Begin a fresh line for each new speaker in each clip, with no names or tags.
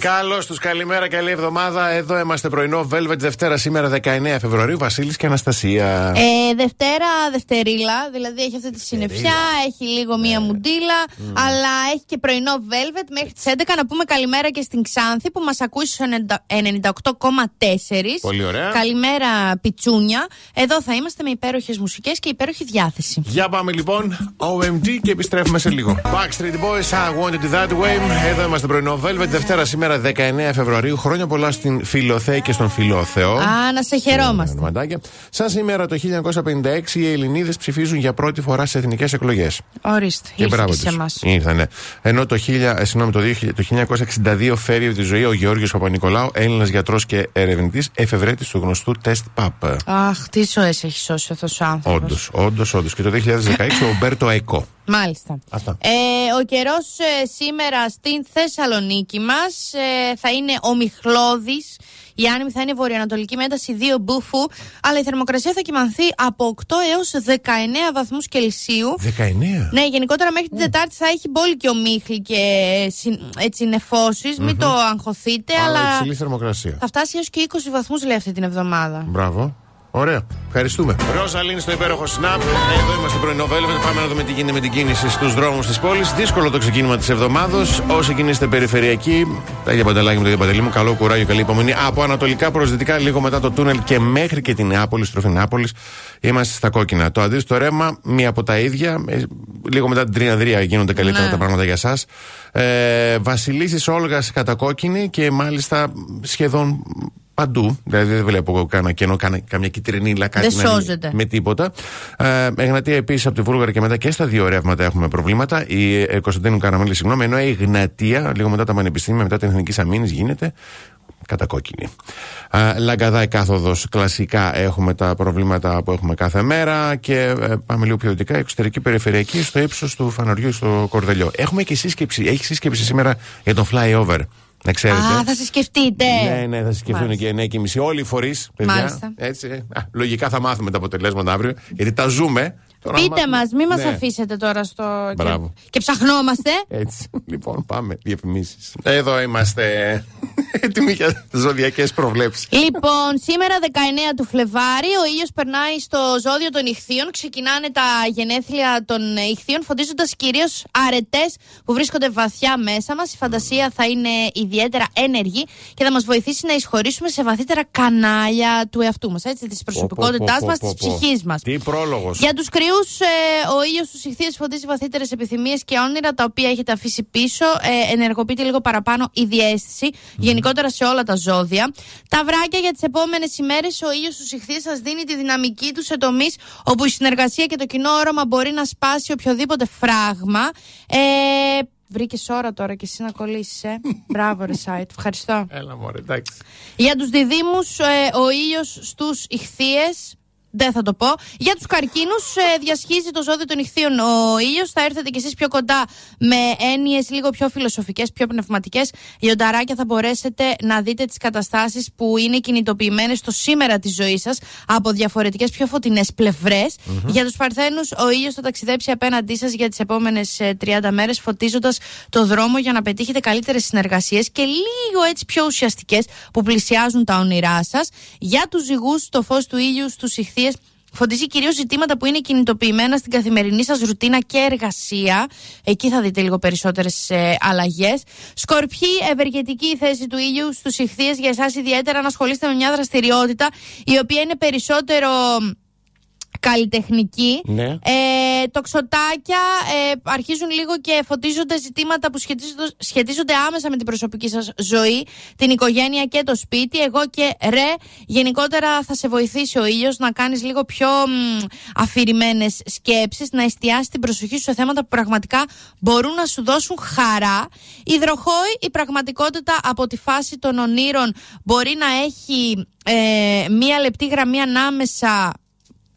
Καλώς τους, καλημέρα, καλή εβδομάδα. Εδώ είμαστε πρωινό Velvet Δευτέρα σήμερα 19 Φεβρουαρίου. Βασίλης και Αναστασία.
Ε, Δευτέρα, Δευτερίλα. Δηλαδή έχει αυτή τη συννεφιά, έχει λίγο ναι. μία μουντίλα. Mm. Αλλά έχει και πρωινό Velvet μέχρι τις 11. Να πούμε καλημέρα και στην Ξάνθη που μας ακούει στους 98,4.
Πολύ ωραία.
Καλημέρα, Πιτσούνια. Εδώ θα είμαστε με υπέροχες μουσικές και υπέροχη διάθεση.
Για πάμε λοιπόν, OMG και επιστρέφουμε σε λίγο. Backstreet Boys, I wanted it that way. Εδώ είμαστε πρωινό Velvet Δευτέρα σήμερα. 19 Φεβρουαρίου. Χρόνια πολλά στην Φιλοθέη και στον Φιλόθεο.
Α, να σε χαιρόμαστε.
Σαν σήμερα το 1956 οι Ελληνίδες ψηφίζουν για πρώτη φορά σε εθνικές εκλογές.
Ορίστε. ναι, Και μπράβο σε εμάς.
Ήρθανε. ναι. Ενώ το, 1000, ε, συγνώμη, το, 1962 φέρει από τη ζωή ο Γεώργιος Παπα-Νικολάου, Έλληνας γιατρός και ερευνητής, εφευρέτης του γνωστού τεστ ΠΑΠ.
Αχ, τι ζωές έχει σώσει αυτός ο άνθρωπος.
Όντο, όντως, όντως. Και το 2016 ο Μπέρτο Εκό.
Μάλιστα.
Αυτά.
Ε, ο καιρός ε, σήμερα στην Θεσσαλονίκη μας ε, θα είναι ομιχλώδη. Η άνεμη θα είναι βορειοανατολική μέταση 2 μπουφού, αλλά η θερμοκρασία θα κυμανθεί από 8 έω 19 βαθμούς Κελσίου.
19?
Ναι, γενικότερα μέχρι την Τετάρτη θα έχει πόλη και ομίχλη και ε, έτσι νεφώσει. Mm-hmm. Μην το αγχωθείτε, αλλά.
αλλά υψηλή θερμοκρασία.
Θα φτάσει έως και 20 βαθμούς, λέει, αυτή την εβδομάδα.
Μπράβο. Ωραία. Ευχαριστούμε. Ροζαλίνη στο υπέροχο Σναπ. Εδώ είμαστε πρωινό Velvet. Πάμε να δούμε τι γίνεται με την κίνηση στους δρόμους της πόλης. Δύσκολο το ξεκίνημα της εβδομάδα. Όσοι κινείστε περιφερειακοί, τα ίδια παντελάκια με το ίδιο παντελή μου. Καλό κουράγιο, καλή υπομονή. Από ανατολικά προς δυτικά, λίγο μετά το τούνελ και μέχρι και την Νεάπολη, στροφή Νεάπολης, είμαστε στα κόκκινα. Το αντίστοιχο ρέμα, μία από τα ίδια. Ε, Λίγο μετά την Τριανδρία γίνονται καλύτερα ναι. τα πράγματα για εσά. Ε, Βασιλίση Όλγα κατά κόκκινη και μάλιστα σχεδόν παντού. Δηλαδή δεν βλέπω κανένα κενό, καμιά κυτρινίλα, κάτι
δεν σώζεται.
με τίποτα. Ε, Εγνατία επίσης από τη Βούλγαρα και μετά και στα δύο ρεύματα έχουμε προβλήματα. Η ε, Κωνσταντίνου Καραμέλη, συγγνώμη, ενώ η Εγνατία, λίγο μετά τα πανεπιστήμια, μετά την Εθνικής Αμήνης, γίνεται κατακόκκινη. Ε, Λαγκαδά κάθοδο. Κλασικά έχουμε τα προβλήματα που έχουμε κάθε μέρα. Και ε, πάμε λίγο πιο δυτικά. Εξωτερική περιφερειακή στο ύψος του φαναριού στο Κορδελιό. Έχουμε και σύσκεψη. Έχει σύσκεψη σήμερα για τον flyover. Να ξέρετε.
Α, θα σε σκεφτείτε.
Ναι, ναι, θα σε σκεφτούν Μάλιστα. και 9 και μισή. Όλοι οι φορείς, παιδιά.
Μάλιστα.
Έτσι, ε, α, λογικά θα μάθουμε τα αποτελέσματα αύριο, γιατί τα ζούμε. Ναι,
Τώρα Πείτε μα, μην μα αφήσετε τώρα στο.
Μπράβο.
Και, και ψαχνόμαστε.
Έτσι. Λοιπόν, πάμε. Διαφημίσεις. Εδώ είμαστε. Έτοιμοι για ζωδιακές προβλέψεις.
Λοιπόν, σήμερα 19 του Φλεβάρι, ο ήλιος περνάει στο ζώδιο των ηχθείων. Ξεκινάνε τα γενέθλια των ηχθείων, φωτίζοντας κυρίως αρετές που βρίσκονται βαθιά μέσα μας. Η φαντασία θα είναι ιδιαίτερα ένεργη και θα μας βοηθήσει να εισχωρήσουμε σε βαθύτερα κανάλια του εαυτού μας, έτσι, της προσωπικότητά μα, τη ψυχής μας.
Τι πρόλογος.
Για τους κρυ ο ήλιος στου ηχθείε φωτίζει βαθύτερες επιθυμίες και όνειρα τα οποία έχετε αφήσει πίσω. Ε, ενεργοποιείται λίγο παραπάνω η διέστηση, mm. γενικότερα σε όλα τα ζώδια. Τα βράκια για τις επόμενες ημέρες, ο ήλιος στου ηχθείε σας δίνει τη δυναμική του σε τομείς όπου η συνεργασία και το κοινό όρομα μπορεί να σπάσει οποιοδήποτε φράγμα. Ε, Βρήκες ώρα τώρα και εσύ να κολλήσεις. Ε. Μπράβο, ρε site. Ευχαριστώ.
Έλα, μωρέ, εντάξει.
Για τους διδήμου, ε, ο ήλιος στους ηχθείες δεν θα το πω. Για τους καρκίνους, ε, διασχίζει το ζώδιο των ηχθείων ο ήλιος. Θα έρθετε κι εσείς πιο κοντά με έννοιες λίγο πιο φιλοσοφικές, πιο πνευματικές. Λιονταράκια θα μπορέσετε να δείτε τις καταστάσεις που είναι κινητοποιημένες στο σήμερα της ζωής σας από διαφορετικές, πιο φωτεινές mm-hmm. Για τους παρθένους, ο ήλιος θα ταξιδέψει απέναντί σας για ε, τις επόμενες 30 μέρες, φωτίζοντας το δρόμο για να πετύχετε καλύτερες συνεργασίες και λίγο έτσι πιο ουσιαστικές που πλησιάζουν τα όνειρά σας. Για τους ζυγούς, το φως του ήλιου στους ηχθείε Φωτίζει κυρίως ζητήματα που είναι κινητοποιημένα στην καθημερινή σας ρουτίνα και εργασία. Εκεί θα δείτε λίγο περισσότερες ε, αλλαγές. Σκορπιή, ευεργετική η θέση του ήλιου στους ηχθείες για εσάς, ιδιαίτερα να ασχολείστε με μια δραστηριότητα η οποία είναι περισσότερο καλλιτεχνική.
Ναι.
Ε, τοξοτάκια ε, αρχίζουν λίγο και φωτίζονται ζητήματα που σχετίζονται, σχετίζονται άμεσα με την προσωπική σας ζωή, την οικογένεια και το σπίτι. Εγώ και ρε, γενικότερα θα σε βοηθήσει ο ήλιος να κάνεις λίγο πιο μ, αφηρημένες σκέψεις, να εστιάσεις την προσοχή σου σε θέματα που πραγματικά μπορούν να σου δώσουν χαρά. Υδροχόη, η πραγματικότητα από τη φάση των ονείρων μπορεί να έχει... Ε, μία λεπτή γραμμή ανάμεσα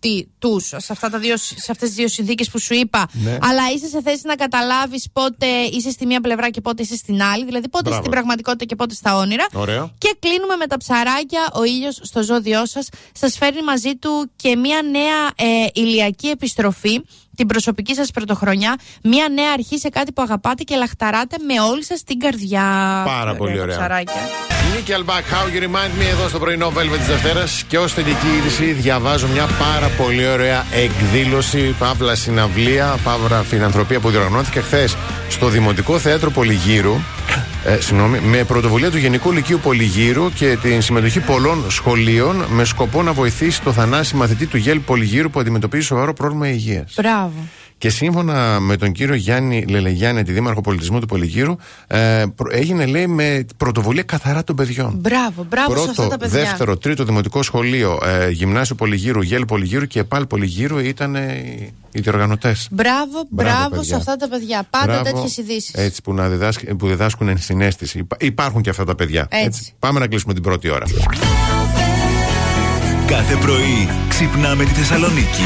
第。 τους σε, αυτά τα δύο- σε αυτές τις δύο συνθήκες που σου είπα
Ναι.
αλλά είσαι σε θέση να καταλάβεις πότε είσαι στη μία πλευρά και πότε είσαι στην άλλη δηλαδή πότε
Μπράβο.
είσαι στην πραγματικότητα και πότε στα όνειρα
Ωραίο.
και κλείνουμε με τα ψαράκια. Ο ήλιος στο ζώδιό σας σας φέρνει μαζί του και μια νέα ε, ηλιακή επιστροφή, την προσωπική σας πρωτοχρονιά. Μια νέα αρχή σε κάτι που αγαπάτε και λαχταράτε με όλη σας την καρδιά.
Πάρα πολύ
τα
ωραία.
Ψαράκια.
Nickelback, How You Remind Me εδώ στο πρωινό Velvet της Δευτέρας. Και ως τελική είδηση διαβάζω μια πάρα πολύ ωραία εκδήλωση, παύλα συναυλία, παύλα φιλανθρωπία που διοργανώθηκε χθες στο Δημοτικό Θέατρο Πολυγύρου. Ε, συγγνώμη, με πρωτοβουλία του Γενικού Λυκείου Πολυγύρου και την συμμετοχή πολλών σχολείων με σκοπό να βοηθήσει το θανάσι μαθητή του ΓΕΛ Πολυγύρου που αντιμετωπίζει σοβαρό πρόβλημα υγείας.
Μπράβο.
Και σύμφωνα με τον κύριο Γιάννη Λελεγιάννη, τη Δήμαρχο Πολιτισμού του Πολυγύρου, ε, προ- έγινε λέει με πρωτοβουλία καθαρά των παιδιών.
Μπράβο, μπράβο σε αυτά
Πρώτο,
τα παιδιά.
δεύτερο, τρίτο δημοτικό σχολείο, ε, γυμνάσιο Πολυγύρου, γέλ Πολυγύρου και επάλ Πολυγύρου ήταν ε, οι- οι διοργανωτές.
Μπράβο,
Μπράβο,
μπράβο, σε
παιδιά.
αυτά τα παιδιά. Πάντα τέτοιες ειδήσεις.
Έτσι που, να διδάσκ- που διδάσκουν ενσυναίσθηση. Υπά- Υπάρχουν και αυτά τα παιδιά.
Έτσι.
Πάμε να κλείσουμε την πρώτη ώρα.
Κάθε πρωί ξυπνάμε τη Θεσσαλονίκη.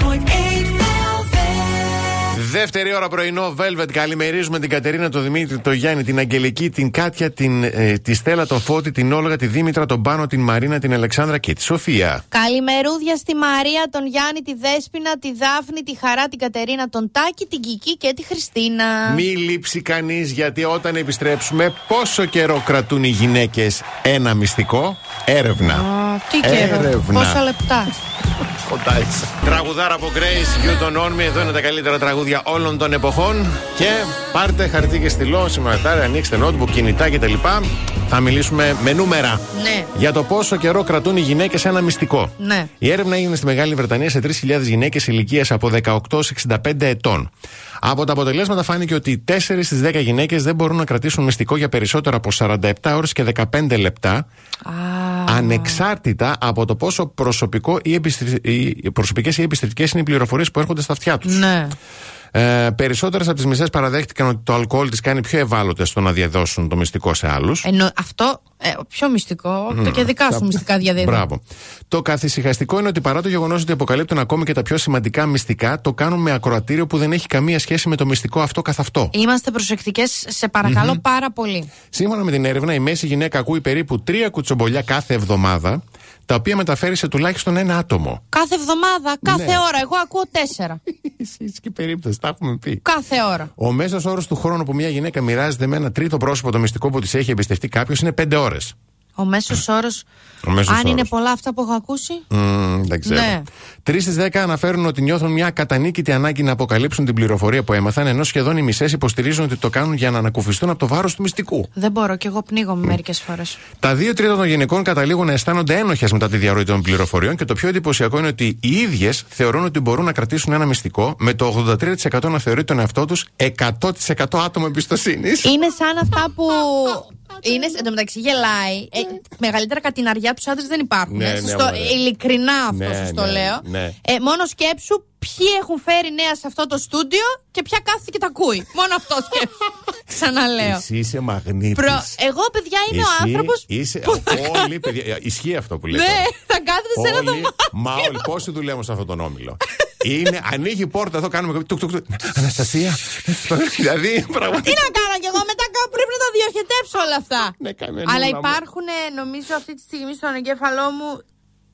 velvet.
Δεύτερη ώρα πρωινό, Velvet. Καλημερίζουμε την Κατερίνα, τον Δημήτρη, τον Γιάννη, την Αγγελική, την Κάτια, την, ε, τη Στέλλα, τον Φώτη, την Όλγα, τη Δήμητρα, τον Πάνο, την Μαρίνα, την Αλεξάνδρα και τη Σοφία.
Καλημερούδια στη Μαρία, τον Γιάννη, τη Δέσποινα, τη Δάφνη, τη Χαρά, την Κατερίνα, τον Τάκη, την Κική και τη Χριστίνα.
Μη λείψει κανείς γιατί όταν επιστρέψουμε, πόσο καιρό κρατούν οι γυναίκες ένα μυστικό, έρευνα.
Α, τι καιρό,
Έρευνα.
πόσα λεπτά.
Κοντά είσαι. Τραγουδάρα από Grace, You Don't Own Me. Εδώ είναι τα καλύτερα τραγούδια όλων των εποχών. Και πάρτε χαρτί και στυλό, συμμετάρε, ανοίξτε notebook, κινητά κτλ. Θα μιλήσουμε με νούμερα.
Ναι.
Για το πόσο καιρό κρατούν οι γυναίκες ένα μυστικό.
Ναι.
Η έρευνα έγινε στη Μεγάλη Βρετανία σε 3.000 γυναίκες ηλικίας από 18 έως 65 ετών. Από τα αποτελέσματα φάνηκε ότι 4 στι 10 γυναίκες δεν μπορούν να κρατήσουν μυστικό για περισσότερο από 47 ώρες και 15 λεπτά, ανεξάρτητα από το πόσο προσωπικό ή εμπιστρι- ή προσωπικές ή επιστρεπτικές είναι οι πληροφορίες που έρχονται στα αυτιά τους.
Ναι.
Ε, Περισσότερες από τις μισές παραδέχτηκαν ότι το αλκοόλ τις κάνει πιο ευάλωτες στο να διαδώσουν το μυστικό σε άλλους.
Ενώ αυτό, ε, πιο μυστικό, το και δικά σου μυστικά διαδίδουν.
Μπράβο. Το καθησυχαστικό είναι ότι παρά το γεγονός ότι αποκαλύπτουν ακόμη και τα πιο σημαντικά μυστικά, το κάνουν με ακροατήριο που δεν έχει καμία σχέση με το μυστικό αυτό καθ' αυτό.
Είμαστε προσεκτικές, σε παρακαλω πάρα πολύ.
Σύμφωνα με την έρευνα, η μέση γυναίκα ακούει περίπου τρία κουτσομπολιά κάθε εβδομάδα, τα οποία μεταφέρει σε τουλάχιστον ένα άτομο.
Κάθε εβδομάδα, κάθε
Ναι.
ώρα. Εγώ ακούω τέσσερα.
Εσύ και περίπτωση, τα έχουμε πει.
κάθε ώρα.
Ο μέσος όρος του χρόνου που μια γυναίκα μοιράζεται με ένα τρίτο πρόσωπο το μυστικό που της έχει εμπιστευτεί κάποιος είναι πέντε ώρες.
Ο μέσος όρος.
Ο
Αν
μέσος
είναι
όρος.
πολλά αυτά που έχω ακούσει.
Μμμ, δεν ξέρω.
Ναι.
Τρεις στις δέκα αναφέρουν ότι νιώθουν μια κατανίκητη ανάγκη να αποκαλύψουν την πληροφορία που έμαθαν, ενώ σχεδόν οι μισές υποστηρίζουν ότι το κάνουν για να ανακουφιστούν από το βάρος του μυστικού.
Δεν μπορώ και εγώ πνίγομαι μερικές φορές.
Τα δύο τρίτα των γυναικών καταλήγουν να αισθάνονται ένοχες μετά τη διαρροή των πληροφοριών και το πιο εντυπωσιακό είναι ότι οι ίδιες θεωρούν ότι μπορούν να κρατήσουν ένα μυστικό, με το 83% να θεωρεί τον εαυτό τους 100% άτομο εμπιστοσύνης.
Είναι σαν αυτά που. Είναι, εν τω μεταξύ γελάει. Ε, μεγαλύτερα κατηναριά τους άντρες δεν υπάρχουν.
Ναι,
ε.
ναι,
Σας το-
μωρέ.
ειλικρινά αυτό
Ναι,
σας το
ναι,
λέω.
ναι.
Ε, μόνο σκέψου ποιοι έχουν φέρει νέα σε αυτό το στούντιο και ποια κάθεται και τα ακούει. μόνο αυτό σκέψου. Ξαναλέω.
είσαι μαγνήτης.
Προ... Εγώ, παιδιά, είμαι ο άνθρωπο.
Όλοι, παιδιά, ισχύει αυτό που λέτε.
Ναι, θα κάθεται σε ένα
Όλοι,
δωμάτιο.
μα όλοι, πόσοι δουλεύουν σε αυτόν τον όμιλο. Είναι, ανοίγει η πόρτα, εδώ κάνουμε. Τουκ, τουκ, τουκ. Αναστασία. δηλαδή,
Τι
πραγματικά.
να κάνω κι εγώ μετά κάπου πρέπει να τα διοχετεύσω όλα αυτά.
Ναι, καημένη
Αλλά
μάνα μου.
υπάρχουν ε, νομίζω αυτή τη στιγμή στον εγκέφαλό μου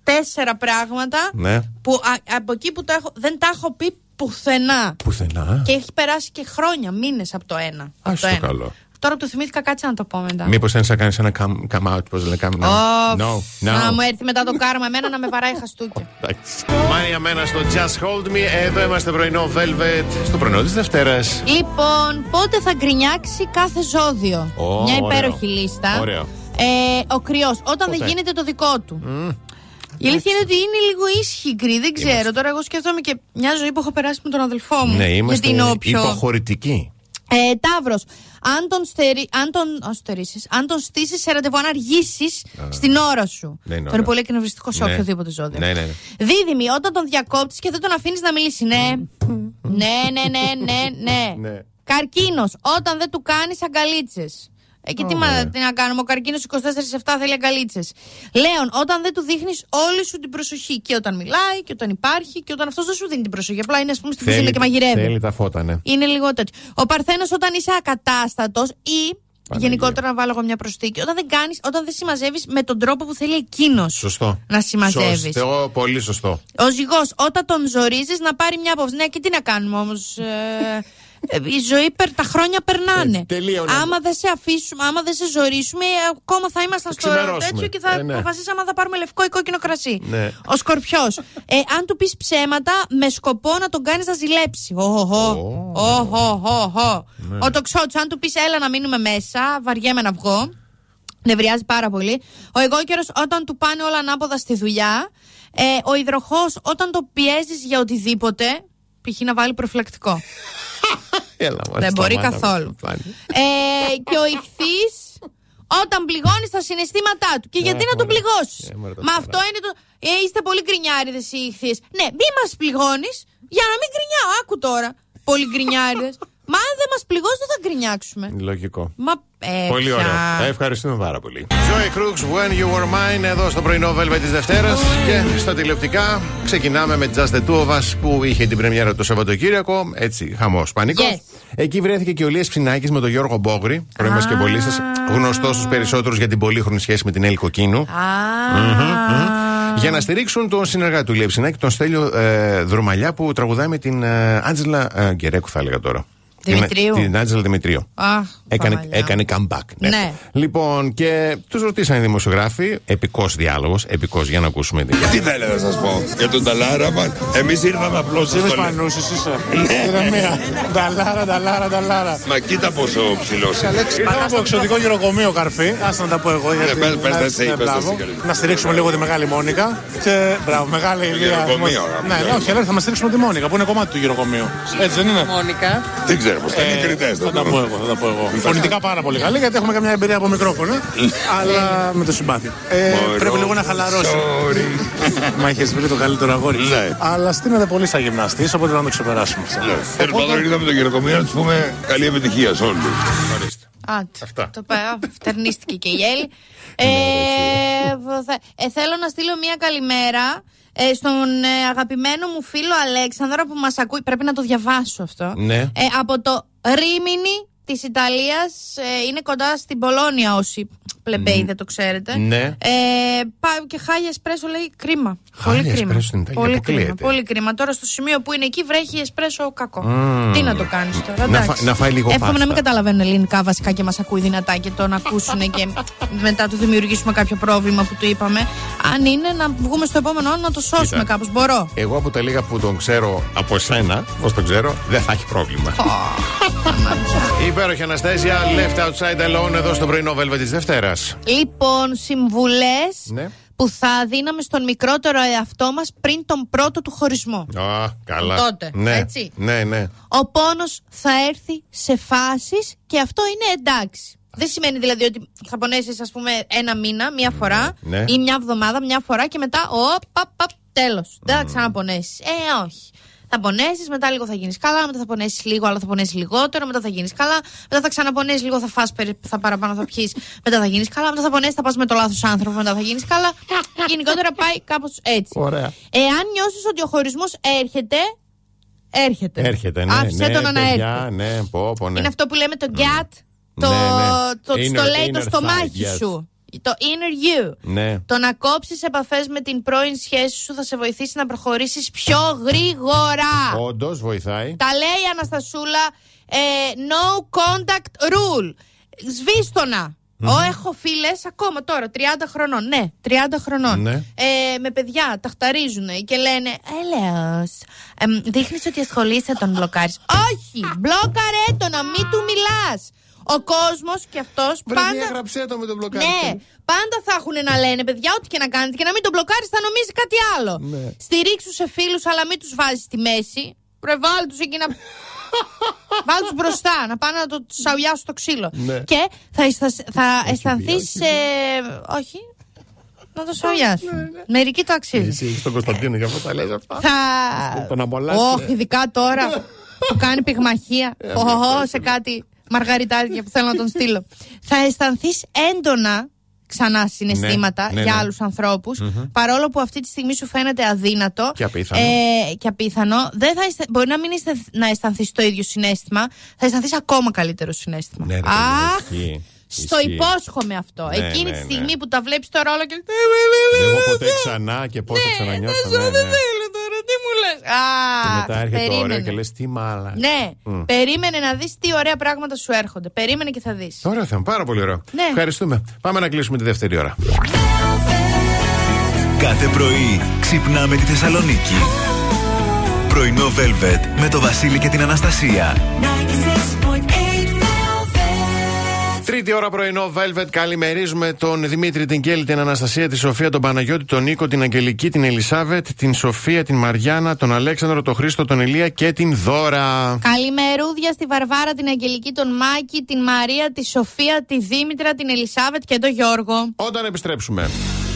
τέσσερα πράγματα
Ναι.
που α- από εκεί που το έχω, δεν τα έχω πει πουθενά.
Πουθενά.
Και έχει περάσει και χρόνια, μήνες από το ένα. από
Ας
το
το
ένα.
καλό.
Τώρα που το θυμήθηκα, κάτσε να το πω μετά.
Μήπως θέλεις να κάνεις ένα come, come out, πώς λένε, come
Ω,
No,
Να μου
no.
έρθει μετά το κάρμα εμένα να με βαράει χαστούκια.
Μάνια μένα στο Just Hold Me. Εδώ είμαστε πρωινό Velvet. Στο πρωινό της Δευτέρας.
Λοιπόν, πότε θα γκρινιάξει κάθε ζώδιο.
Ω,
Μια
ωραίο.
υπέροχη λίστα.
Ωραίο.
Ε, ο κρυός, όταν
Ποτέ.
δεν γίνεται το δικό του. Η αλήθεια είναι ότι είναι λίγο ίσχυγκρι, δεν ξέρω. Τώρα εγώ σκέφτομαι και μια ζωή που έχω περάσει με τον αδελφό μου.
Ναι, είμαστε
Γιατί είναι ο πιο.
υποχωρητικοί.
Ε, Ταύρος, αν τον, στερι... αν τον... ας, στερίσεις, αν τον στήσεις σε ραντεβού, αν αργήσεις στην ώρα σου.
Δεν Ναι, είναι
Αυτό
ωραίο.
πολύ εκνευριστικό σε
Ναι.
οποιοδήποτε ζώδιο.
Ναι, ναι, ναι.
Δίδυμη, όταν τον διακόπτεις και δεν τον αφήνεις να μιλήσει, ναι. ναι, ναι, ναι, ναι, ναι.
Ναι.
Καρκίνος, όταν δεν του κάνεις αγκαλίτσες. Ε, και τι,
ναι.
μα, τι να κάνουμε, ο καρκίνος 24 σε 7 θέλει αγκαλίτσε. Λέων, όταν δεν του δείχνεις όλη σου την προσοχή και όταν μιλάει και όταν υπάρχει και όταν αυτός δεν σου δίνει την προσοχή. Απλά είναι ας πούμε στην κουζίνα και μαγειρεύει.
Θέλει τα φώτα, ναι.
Είναι λίγο τέτοιο. Ο Παρθένος, όταν είσαι ακατάστατος ή.
Παναγία.
Γενικότερα να βάλω εγώ μια προστίκη. Όταν δεν κάνεις, όταν δεν συμμαζεύεις με τον τρόπο που θέλει εκείνος
Σωστό.
να συμμαζεύεις.
Σωστό, πολύ σωστό.
Ο ζυγός, όταν τον ζορίζεις, να πάρει μια απόφαση. Ναι, και τι να κάνουμε όμως. η ζωή, περ- τα χρόνια περνάνε.
Ε, τελείωνε.
άμα δεν σε αφήσουμε, άμα δεν σε ζορίσουμε, ε, ακόμα θα ήμασταν στο
ξημερώσουμε.
τέτοιο και θα
Ε, ναι.
αποφασίσαμε αν θα πάρουμε λευκό ή κόκκινο κρασί.
Ναι.
Ο σκορπιός. Ε, αν του πεις ψέματα με σκοπό να τον κάνεις να ζηλέψει. Οχοχο. Οχοχοχο. Ο τοξότης, αν του πεις έλα να μείνουμε μέσα, βαριέμαι να βγω. Νευριάζει πάρα πολύ. Ο εγώκερος όταν του πάνε όλα ανάποδα στη δουλειά. Ε, ο υδροχός όταν το πιέζεις για οτιδήποτε. Π.χ. να βάλει προφυλακτικό.
Έλα, μας,
Δεν μπορεί
σταμάτα,
καθόλου.
πάλι.
Ε, και ο ηχθής όταν πληγώνεις τα συναισθήματά του. Και γιατί
Ε,
να τον
μωρέ.
πληγώσεις.
Ε, μωρέ, τα
Μα
φτερά.
αυτό είναι το. Ε, είστε πολύ γκρινιάριδες οι ηχθείς. Ναι, μη μας πληγώνεις για να μην γκρινιάω. Άκου τώρα. Πολύ γκρινιάριδες. Μα αν δεν μας πληγώσει, δεν θα γκρινιάξουμε.
Λογικό.
Μα. Ε,
Πολύ
πια.
ωραίο. Ευχαριστούμε πάρα πολύ. Joy Crooks, When You Were Mine, εδώ στο πρωινό Velvet της Δευτέρας. Και στα τηλεοπτικά ξεκινάμε με Just the Two of Us που είχε την πρεμιέρα το Σαββατοκύριακο. Έτσι, χαμός πανικό.
Yes.
Εκεί βρέθηκε και ο Λία Ψινάκης με τον Γιώργο Μπόγρη, πρώην μας και πολύ σας, γνωστός στους περισσότερους για την πολύχρονη σχέση με την Έλλη Κοκκίνου.
Α.
Για να στηρίξουν τον συνεργάτη του Λία Ψινάκη, τον Στέλιο ε, Δρομαλιά που τραγουδάει με την ε, Άντζελα ε, Γκερέκου, θα έλεγα τώρα.
Δημητρίου.
Την, την Άντζελα Δημητρίου.
Αχ,
Έκανε,
Παναγιά.
έκανε comeback. Ναι.
Ναι.
Λοιπόν, και τους ρωτήσαν οι δημοσιογράφοι, επικός διάλογος, επικός για να ακούσουμε. τι.
Τι θέλετε να σας πω για τον Ταλάρα μα. Εμείς ήρθαμε απλώς
Είδες
στο
πανούς είσαι. Είδα μία. Νταλάρα, νταλάρα, νταλάρα.
Μα κοίτα πόσο ψηλός είναι.
Ήρθαμε από εξωτικό γυροκομείο καρφί. Ας να τα πω εγώ. γιατί
πες- πες τα
να-
εσύ,
ναι,
πες τα εσύ,
μπράβο.
καλύτερα.
Να στηρίξουμε λίγο τη μεγάλη Μόνικα. Και μπράβο, μεγάλη ηλία.
γυροκομείο, δηλαδή. αγαπητέ.
Ναι, ναι, όχι, αλλά θα μας στηρίξουμε τη Μόνικα που είναι κομμάτι του γυροκομείου. Έτσι δεν είναι.
Μόνικα.
Δεν ξέρω πως θα είναι
Ε,
κριτές.
Θα τα πω εγώ, θα τα πω εγώ. Φωνητικά πάρα πολύ καλή, γιατί έχουμε καμιά εμπειρία από μικρόφωνα. αλλά με το συμπάθειο. Ε, πρέπει λίγο να χαλαρώσει. Μα είχες βρει το καλύτερο αγόρι.
Ναι.
Αλλά στείνεται πολύ σαν γυμναστής, οπότε να το ξεπεράσουμε αυτό.
Τέλος πάντων ήρθαμε το γεροκομείο να τους πούμε καλή επιτυχία σε όλους.
Α, τ- Το πέρα, φτερνίστηκε και η
Ναι,
Έλλη. Ε, θα- ε, θέλω να στείλω μία καλημέρα ε, στον ε, αγαπημένο μου φίλο Αλέξανδρο που μας ακούει. Πρέπει να το διαβάσω αυτό.
Ναι.
Ε, από το Ρίμινι της Ιταλίας. ε, είναι κοντά στην Πολώνια όσοι πλεμπέοι δεν το ξέρετε.
Ναι.
Ε, πα- και χάλια εσπρέσο λέει κρίμα.
Χάλια
πολύ κρίμα.
εσπρέσο στην Ιταλία,
πολύ,
αποκλείεται.
κρίμα πολύ κρίμα. Τώρα στο σημείο που είναι εκεί βρέχει εσπρέσο κακό. Τι να το κάνεις τώρα.
Να φα-
εντάξει.
να φάει λίγο
Εύχομαι να μην
πάστα.
καταλαβαίνουν ελληνικά βασικά και μας ακούει δυνατά και το να ακούσουν και μετά του δημιουργήσουμε κάποιο πρόβλημα που του είπαμε. Αν είναι να βγούμε στο επόμενο να το σώσουμε
Κοίτα.
κάπως. Μπορώ.
Εγώ από τα λίγα που τον ξέρω από σένα, πώ τον ξέρω, δεν θα έχει πρόβλημα. Υπέροχη Αναστέζια, left outside alone εδώ στο πρωινό Velvet της Δευτέρας.
Λοιπόν, συμβουλές
Ναι.
που θα δίναμε στον μικρότερο εαυτό μας πριν τον πρώτο του
Ναι.
χωρισμό.
Α, καλά.
Τότε,
ναι,
έτσι.
Ναι, ναι.
Ο πόνος θα έρθει σε φάσεις και αυτό είναι εντάξει. Δεν σημαίνει δηλαδή ότι θα πονέσεις, ας πούμε, ένα μήνα, μία φορά
ναι.
ή μια εβδομάδα, μια φορά και μετά, ο, παπ, παπ, τέλος. Δεν θα ξαναπονέσεις. Ε, όχι. Θα πονέσεις, μετά λίγο θα γίνεις καλά, μετά θα πονέσεις λίγο, αλλά θα πονέσεις λιγότερο, μετά θα γίνεις καλά, μετά θα ξαναπονέσεις λίγο, θα φας, περι- θα παραπάνω, θα πιεις, μετά θα γίνεις καλά, μετά θα πονέσεις, θα πας με το λάθος άνθρωπο, μετά θα γίνεις καλά. Γενικότερα πάει κάπως έτσι.
Ωραία.
Εάν νιώσεις ότι ο χωρισμός έρχεται, έρχεται.
Έρχεται, ναι.
Άφησε
ναι,
τον να
παιδιά,
έρθει.
Ναι, πω, πω, ναι.
Είναι αυτό που λέμε το gat, το,
Ναι, ναι.
το,
Inner-
στο λέει το
inner
στομάχι
thigh, yes.
σου. Το inner you.
Ναι.
Το να κόψεις επαφές με την πρώην σχέση σου θα σε βοηθήσει να προχωρήσεις πιο γρήγορα.
Όντως βοηθάει.
Τα λέει η Αναστασούλα. Ε, no contact rule. Σβήστονα. Ω, έχω φίλες ακόμα τώρα, 30 χρονών. Ναι, 30 χρονών.
Ναι.
Ε, με παιδιά, τα χταρίζουν και λένε Έλεος, εμ, δείχνεις ότι ασχολείσαι τον μπλοκάρεις Όχι, μπλόκαρε το να μην του μιλάς Ο κόσμος και αυτός
Βρε,
πάντα
διάγραψέ το με τον μπλοκάκι.
ναι, πάντα θα έχουν να λένε παιδιά, ό,τι και να κάνετε και να μην τον μπλοκάρεις, θα νομίζεις κάτι άλλο.
Ναι.
Στηρίξου σε φίλους, αλλά μην τους βάζεις στη μέση. Ρε, βάλει τους εκεί να. βάλει τους μπροστά, να πάνε να το σαουλιάσουν το ξύλο.
Ναι.
Και θα, αισθασ- θα αισθανθεί. όχι. Να το σαουλιάσουν. Μερικοί το αξίζουν.
Ναι, Εσύ έχεις τον Κωνσταντίνο για αυτά τα λες αυτά.
Θα.
Τον αμολάς ε.
Όχι,
και-
ειδικά τώρα που κάνει πυγμαχία. Ω, σε κάτι μαργαριτάρια που θέλω να τον στείλω. Θα αισθανθείς έντονα ξανά συναισθήματα
Ναι, ναι,
για
ναι.
άλλους ανθρώπους, παρόλο που αυτή τη στιγμή σου φαίνεται αδύνατο
Και απίθανο.
Ε, και απίθανο, δεν θα αισθα- μπορεί να μην αισθανθείς το ίδιο συνέστημα, θα αισθανθείς ακόμα καλύτερο συνέστημα.
Ναι, ρε παιδί μου,
Αχ,
ισχύει,
στο
ισχύει.
υπόσχομαι αυτό.
Ναι,
Εκείνη
ναι,
τη
ναι.
στιγμή που τα βλέπεις το ρόλο και.
Εγώ ποτέ ξανά και πώς θα
Ναι,
ξανανιώσω.
θα ζω,
ναι,
δεν
ναι.
θέλω τώρα, τι μου λες.
Και
Α,
μετά έρχεται το ωραίο
περίμενε.
και λες τι μάλα.
Ναι, περίμενε να δεις τι ωραία πράγματα σου έρχονται. Περίμενε και θα δεις.
Ωραίο θέμα, πάρα πολύ ωραίο.
Ναι.
Ευχαριστούμε. Πάμε να κλείσουμε τη δεύτερη ώρα.
Κάθε πρωί ξυπνάμε τη Θεσσαλονίκη. Πρωινό Velvet με το Βασίλη και την Αναστασία.
96.8 Velvet.
Τρίτη ώρα πρωινό, Velvet. Καλημερίζουμε τον Δημήτρη, την Κέλλη, την Αναστασία, τη Σοφία, τον Παναγιώτη, τον Νίκο, την Αγγελική, την Ελισάβετ, την Σοφία, την Μαριάννα, τον Αλέξανδρο, τον Χρήστο, τον Ηλία και την Δώρα.
Καλημερούδια στη Βαρβάρα, την Αγγελική, τον Μάκη, την Μαρία, τη Σοφία, τη Δήμητρα, την Ελισάβετ και τον Γιώργο.
Όταν επιστρέψουμε,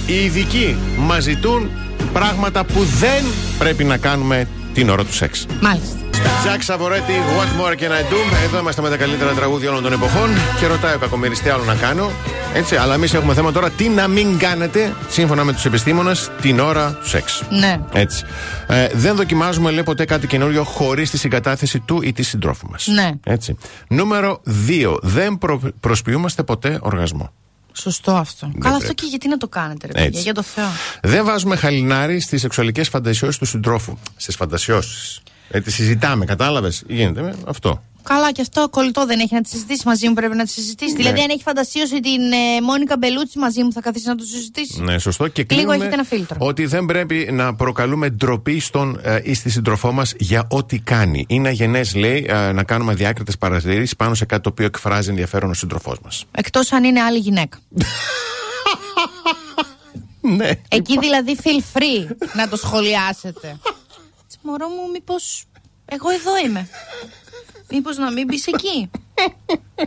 οι ειδικοί μας ζητούν πράγματα που δεν πρέπει να κάνουμε την ώρα του σεξ.
Μάλιστα.
Τζακ Σαβορέτη, What More Can I Do. Εδώ είμαστε με τα καλύτερα τραγούδια όλων των εποχών. Και ρωτάει ο κακομοίρη τι άλλο να κάνω. Έτσι, αλλά εμείς έχουμε θέμα τώρα τι να μην κάνετε σύμφωνα με τους επιστήμονες την ώρα του σεξ.
Ναι.
Έτσι. Ε, δεν δοκιμάζουμε, λέει, ποτέ κάτι καινούριο χωρίς τη συγκατάθεση του ή της συντρόφου μας.
Ναι.
Έτσι. Νούμερο 2. Δεν προ, προσποιούμαστε ποτέ οργασμό.
Σωστό αυτό. Καλά, αυτό
πρέπει.
και γιατί να το κάνετε, ρε παιδιά,
Έτσι.
για το Θεό.
Δεν βάζουμε χαλινάρι στις σεξουαλικές φαντασιώσεις του συντρόφου. Στις φαντασιώσεις. Ε, τι συζητάμε, κατάλαβες. Γίνεται με αυτό.
Καλά, και αυτό κολλητό δεν έχει να τη συζητήσει μαζί μου, πρέπει να τη
Ναι.
συζητήσει. Δηλαδή, αν έχει φαντασίωση την ε, Μόνικα Μπελούτσι μαζί μου, θα καθίσει να το συζητήσει.
Ναι, σωστό. Και
Λίγο
κλείνουμε
έχετε ένα φίλτρο.
Ότι δεν πρέπει να προκαλούμε ντροπή στον ε, ή στη σύντροφό μας για ό,τι κάνει. Είναι αγενέ, λέει, ε, να κάνουμε διάκριτες παρατηρήσεις πάνω σε κάτι το οποίο εκφράζει ενδιαφέρον ο σύντροφός μας.
Εκτός αν είναι άλλη γυναίκα.
Ναι.
Εκεί δηλαδή feel free να το σχολιάσετε. Έτσι, μωρό μου, μήπως εγώ εδώ είμαι. Μήπως να μην μπει εκεί.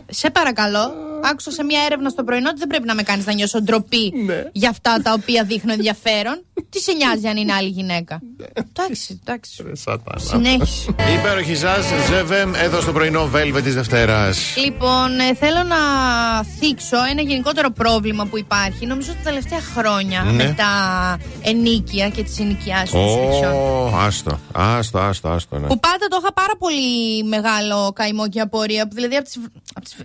σε παρακαλώ, άκουσα σε μια έρευνα στο πρωινό ότι δεν πρέπει να με κάνεις να νιώσω ντροπή για αυτά τα οποία δείχνω ενδιαφέρον. Τι σε νοιάζει αν είναι άλλη γυναίκα. εντάξει, εντάξει. Συνέχισε.
Υπέροχη σα, Ζεβέμ, εδώ στο πρωινό Velvet της Δευτέρας.
Λοιπόν, ε, θέλω να θίξω ένα γενικότερο πρόβλημα που υπάρχει. Νομίζω ότι τα τελευταία χρόνια
Ναι.
με τα ενίκεια και τις ενοικιάσεις των σπιτιών.
άστο, άστο, άστο, άστο. Ναι.
Που πάντα το είχα πάρα πολύ μεγάλο καημό και απορία. που Δηλαδή από τις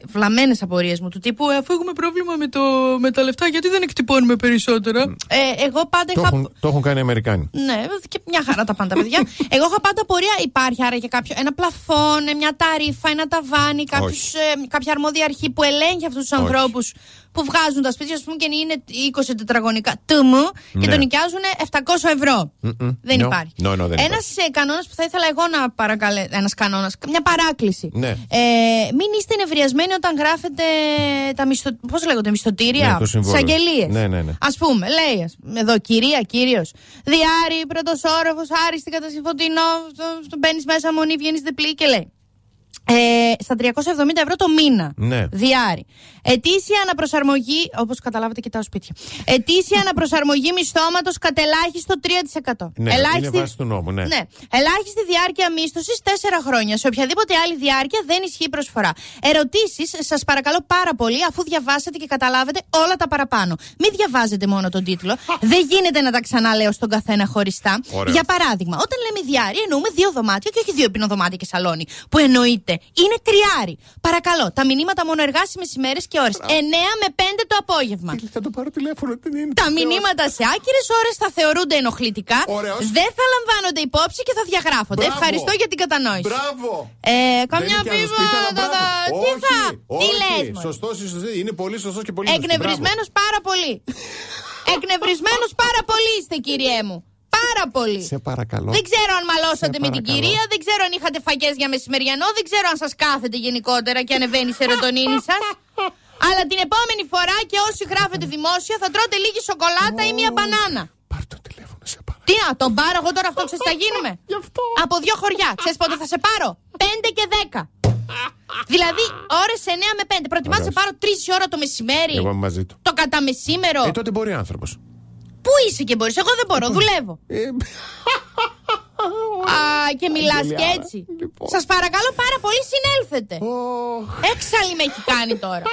βλαμμένες απορίες μου. Του τύπου «Ε, Αφού έχουμε πρόβλημα με, το, με τα λεφτά, γιατί δεν εκτυπώνουμε περισσότερα. Ε, εγώ
Το
πάντα είχα.
έχουν, το έχουν κάνει οι Αμερικάνοι.
Ναι, και μια χαρά τα πάντα, παιδιά. Εγώ είχα πάντα απορία. Υπάρχει άρα και κάποιο. Ένα πλαφόν, ε, μια ταρήφα, ένα ταβάνι, κάποιους, ε, κάποια αρμόδια αρχή που ελέγχει αυτούς τους ανθρώπους που βγάζουν τα σπίτια, ας πούμε, και είναι 20 τετραγωνικά τούμου και
Ναι.
το νοικιάζουν 700 ευρώ. Δεν
No.
υπάρχει.
No, no, δεν
Ένα κανόνας που θα ήθελα εγώ να παρακαλέσω. Ένας κανόνας, μια παράκληση.
Ναι.
Ε, μην είστε νευριασμένοι όταν γράφετε τα μισθο... πώς λέγονται, μισθωτήρια,
Ναι, το συμβόλαιο.
εισαγγελίε.
Ναι, ναι, ναι.
Ας πούμε, λέει, ας πούμε, εδώ κυρία, κύριος. Διάρη, πρώτος όροφος, άριστη κατά συμφωτεινό. Μπαίνεις μέσα μονή, βγαίνεις διπλή και λέει. Ε, στα 370 ευρώ το μήνα.
Ναι.
Διάρη. Ετήσια αναπροσαρμογή. Όπως καταλάβατε, κοιτάω σπίτια. Ετήσια αναπροσαρμογή μισθώματος κατελάχιστο 3%.
Ναι, είναι βάση του νόμου, ναι.
Ναι. Ελάχιστη διάρκεια μίσθωσης 4 χρόνια. Σε οποιαδήποτε άλλη διάρκεια δεν ισχύει προσφορά. Ερωτήσεις, σας παρακαλώ πάρα πολύ, αφού διαβάσετε και καταλάβετε όλα τα παραπάνω. Μην διαβάζετε μόνο τον τίτλο. δεν γίνεται να τα ξαναλέω στον καθένα χωριστά.
Ωραίος.
Για παράδειγμα, όταν λέμε διάρρη, εννοούμε δύο δωμάτια και όχι δύο πινοδωμάτια και σαλόνι. Που εννοείται είναι τριάρι. Παρακαλώ, τα μηνύματα μόνο εργάσιμες ημέρες και ώρες. 9 με 5 το απόγευμα.
Θα το πάρω τηλέφωνο, δεν είναι.
Τα μηνύματα σε άκυρες ώρες θα θεωρούνται ενοχλητικά.
Ωραίος.
Δεν θα λαμβάνονται υπόψη και θα διαγράφονται.
Μπράβο.
Ευχαριστώ για την κατανόηση.
Μπράβο!
Ε, καμιά
Δεν είναι κι άλλος σπίτι, αλλά
πίβα.
μπράβο.
Τι
Όχι,
θα. Τι
όχι.
λες.
Σωστός ή σωστή. Είναι πολύ σωστός και πολύ σωστή.
Εκνευρισμένος πάρα πολύ. Εκνευρισμένος πάρα πολύ είστε, κυριέ μου. Πάρα πολύ.
Μπράβο. Σε παρακαλώ.
Δεν ξέρω αν μαλώσατε
Σε
με την
παρακαλώ.
κυρία, δεν ξέρω αν είχατε φακές για μεσημεριανό, δεν ξέρω αν σας κάθετε γενικότερα και ανεβαίνει η σερωτονίνη σας. Αλλά την επόμενη φορά και όσοι γράφετε δημόσια θα τρώτε λίγη σοκολάτα ή μία μπανάνα.
Πάρ το τηλέφωνο, σε παρακαλώ.
Τι να τον πάρω εγώ τώρα αυτό, ξέρεις τι θα γίνουμε. Από δύο χωριά. Ξέρεις πότε θα σε πάρω. 5 και 10. δηλαδή ώρες 9 με 5. Προτιμάς να σε
Ωραίος.
πάρω 3 η ώρα το μεσημέρι.
Εγώ είμαι μαζί του.
Το κατά μεσήμερο.
Ε, Λοιπόν. τότε μπορεί άνθρωπος. Ε,
Πού είσαι και μπορείς, εγώ δεν μπορώ, δουλεύω. Α, και μιλάς και έτσι.
Λοιπόν.
Σας Σα παρακαλώ πάρα πολύ, συνέλθετε. Έξαλλη με έχει κάνει τώρα.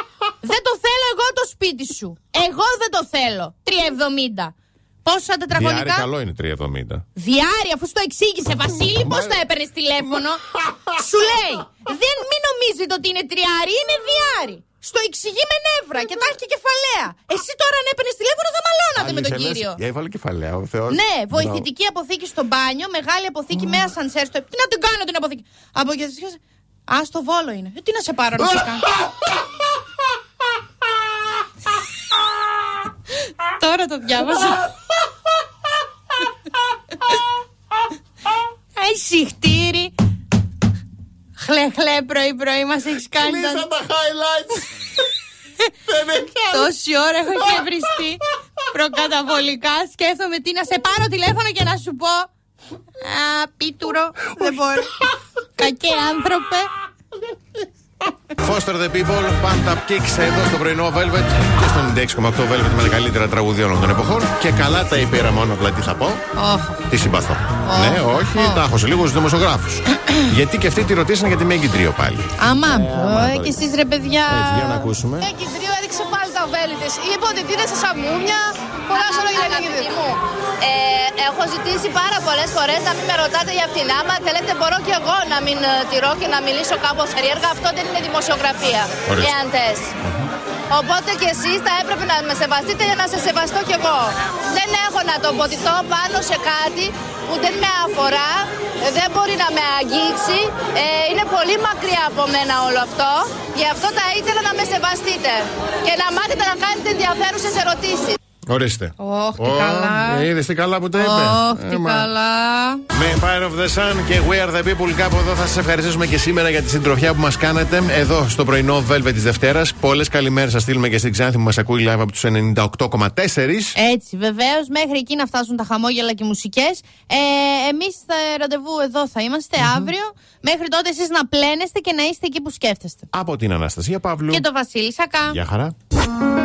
δεν το θέλω εγώ το σπίτι σου. Εγώ δεν το θέλω. 3,70. Πόσα
Διάρρη
τετραγωνικά.
καλό είναι 3,70.
Διάρρη, αφού σου το εξήγησε, Βασίλη, πώς θα έπαιρνες τηλέφωνο. Σου λέει, δεν μην νομίζετε ότι είναι τριάρι, είναι διάρι. Στο εξηγεί με νεύρα και τα έχει και κεφαλαία. Εσύ τώρα αν έπαιρνες τηλέφωνο θα μαλώνατε με τον
Αλήθεια, λες,
κύριο.
Για έβαλε κεφαλαία ο Θεός.
Ναι,
Μπράβο.
βοηθητική αποθήκη στο μπάνιο, μεγάλη αποθήκη με ασανσέρ στο. Τι να την κάνω την αποθήκη. Από εκεί και σε- Α το βόλο είναι. Ε, Τι να σε πάρω να σε κάνω. Τώρα το διάβασα. Εσύ χτύρι. Χλε χλε πρωί πρωί μας έχεις κάνει τον-
Κλείσαν τα highlights. Δεν έχει άλλο.
Τόση ώρα έχω κευριστεί προκαταβολικά. Σκέφτομαι τι να σε πάρω τηλέφωνο και να σου πω. Α, πίτουρο. Δεν μπορώ. Κακέ άνθρωπε.
Foster the People, Pump Up Kicks εδώ στο πρωινό Velvet και στον 96,8 Velvet με τα καλύτερα τραγούδια όλων των εποχών. Και καλά τα είπε μόνο απλά τι θα πω. Τι συμπαθώ. Ναι, όχι, τα έχω σε λίγους δημοσιογράφους. Γιατί και αυτοί τη ρωτήσαν για τη Μέγκη Τρίο πάλι.
Άμα,
άμα,
ε,
τώρα.
και εσείς ρε παιδιά.
Έτσι, για να ακούσουμε.
Εκεί τρίο έδειξε πάλι τα βέλη Λοιπόν, τη. Είπε ότι δίνε σε σαμούνια. Πολλά όλα για την
Αγαπητοί μου, ε, έχω ζητήσει πάρα πολλές φορές να μην με ρωτάτε για αυτήν. Άμα θέλετε, μπορώ και εγώ να μην ε, τηρώ και να μιλήσω κάπως περίεργα. Αυτό δεν είναι δημοσιογραφία.
Ορίστε.
Εάν θες. Οπότε και εσείς θα έπρεπε να με σεβαστείτε για να σε σεβαστώ κι εγώ. Δεν έχω να τοποθετηθώ πάνω σε κάτι που δεν με αφορά, ε, δεν μπορεί να με αγγίξει. Ε, είναι πολύ μακριά από μένα όλο αυτό. Γι' αυτό θα ήθελα να με σεβαστείτε και να μάθετε να κάνετε ενδιαφέρουσες ερωτήσεις.
Ορίστε.
Ωχ, τι καλά.
Είδες τι καλά που τα είπε.
Ωχ,
Ε,
τι
μα.
καλά.
Με Empire of the Sun και We Are the People κάπου εδώ θα σας ευχαριστήσουμε και σήμερα για τη συντροφιά που μας κάνετε εδώ στο πρωινό Velvet της Δευτέρας. Πολλές καλημέρες σα στείλουμε και στην Ξάνθη που μας ακούει live από τους 98,4.
Έτσι, βεβαίως, μέχρι εκεί να φτάσουν τα χαμόγελα και οι μουσικές. Ε, Εμείς θα ραντεβού εδώ θα ειμαστε αύριο. Μέχρι τότε εσείς να πλένεστε και να είστε εκεί που σκέφτεστε.
Από την Αναστασία Παύλου.
Και το Βασίλη Σακά.
Γεια χαρά.